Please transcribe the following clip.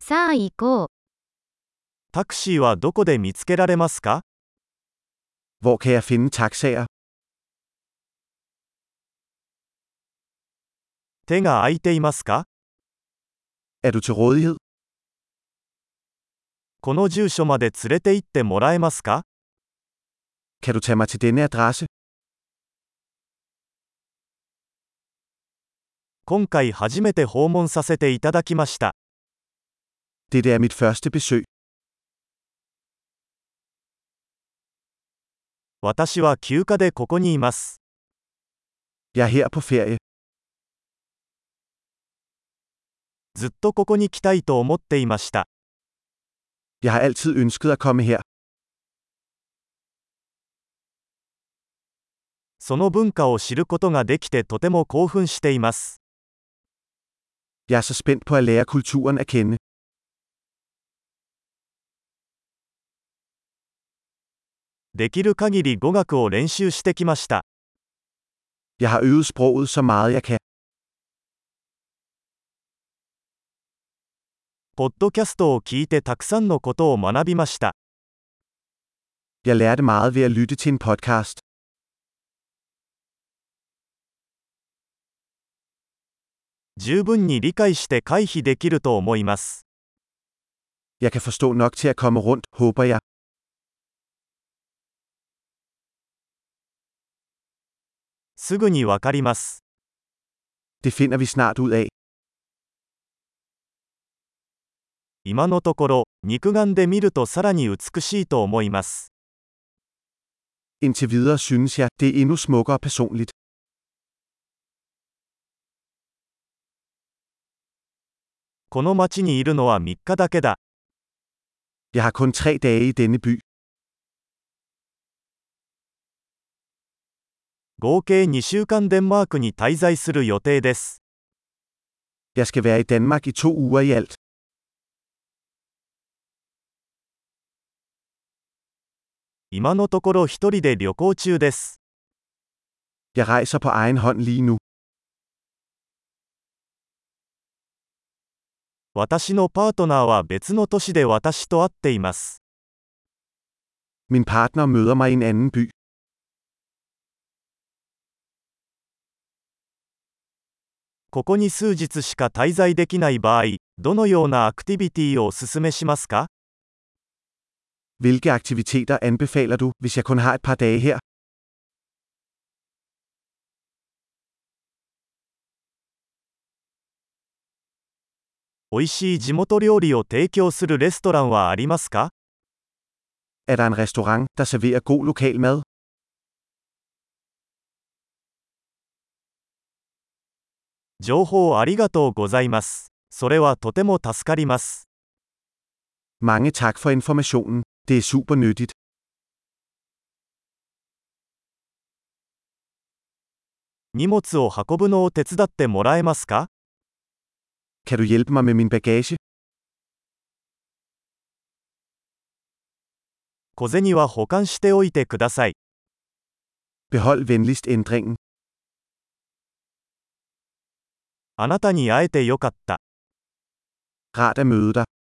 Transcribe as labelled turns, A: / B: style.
A: さあ行こう。
B: タクシーはどこで見つけられますか
C: Hvor kan jeg finde taxaer?
B: 手が空いていますか
C: Er du til rådighed?
B: この住所まで連れて行ってもらえますか
C: Kan du tage mig til denne adresse?
B: 今回初めて訪問させていただきました。
C: Dette er mit første besøg.
B: 私は休暇でここにいます。
C: Jeg er her på ferie.
B: ずっとここに来たいと思っていました。
C: Jeg har altid ønsket at komme her.
B: その文化を知ることができてとても興奮しています。
C: Jeg er så spændt på at lære kulturen at kende.
B: できる限り語学を練習してきました。
C: Jeg har øvet sproget så meget jeg kan.
B: ポッドキャストを聞いてたくさんのことを学びました。
C: Jeg lærte meget ved at lytte til en podcast.
B: 十分に理解して回避できると思います。
C: Jeg kan forstå nok til at komme rundt, håber jeg.
B: すぐにわかります。
C: Det finder vi snart ud af.
B: 今のところ、肉眼で見るとさらに美しいと思います。
C: Indtil videre synes jeg, det er endnu smukkere personligt.
B: この町にいるのは3日だけだ。
C: Jeg har kun tre dage i denne by.
B: 合計2週間デンマークに滞在する予定です。
C: Jeg skal være i Danmark i to uger i alt.
B: 今のところ一人で旅行中です。
C: Jeg rejser på egen hånd lige nu.
B: 私のパートナーは別の都市で私と会っています。
C: Min partner møder mig i en anden by.
B: ここに数日しか滞在できない場合、どのようなアクティビティをお勧めしますか
C: Hvilke aktiviteter anbefaler du, hvis jeg kun har et par dage her?
B: 美味しい地元料理を提供するレストランはありますか
C: Er der en restaurant, der serverer god lokal mad?
B: 情報ありがとうございます。それはとても助かります。
C: Mange tak for informationen. Det er super nyttigt.
B: 荷物を運ぶのを手伝ってもらえますか
C: Kan du hjælpe mig med min bagage?
B: 小銭は保管しておいてください。
C: Behold venligst ændringen.
B: あなたに会えてよかった。
C: Rart at møde dig.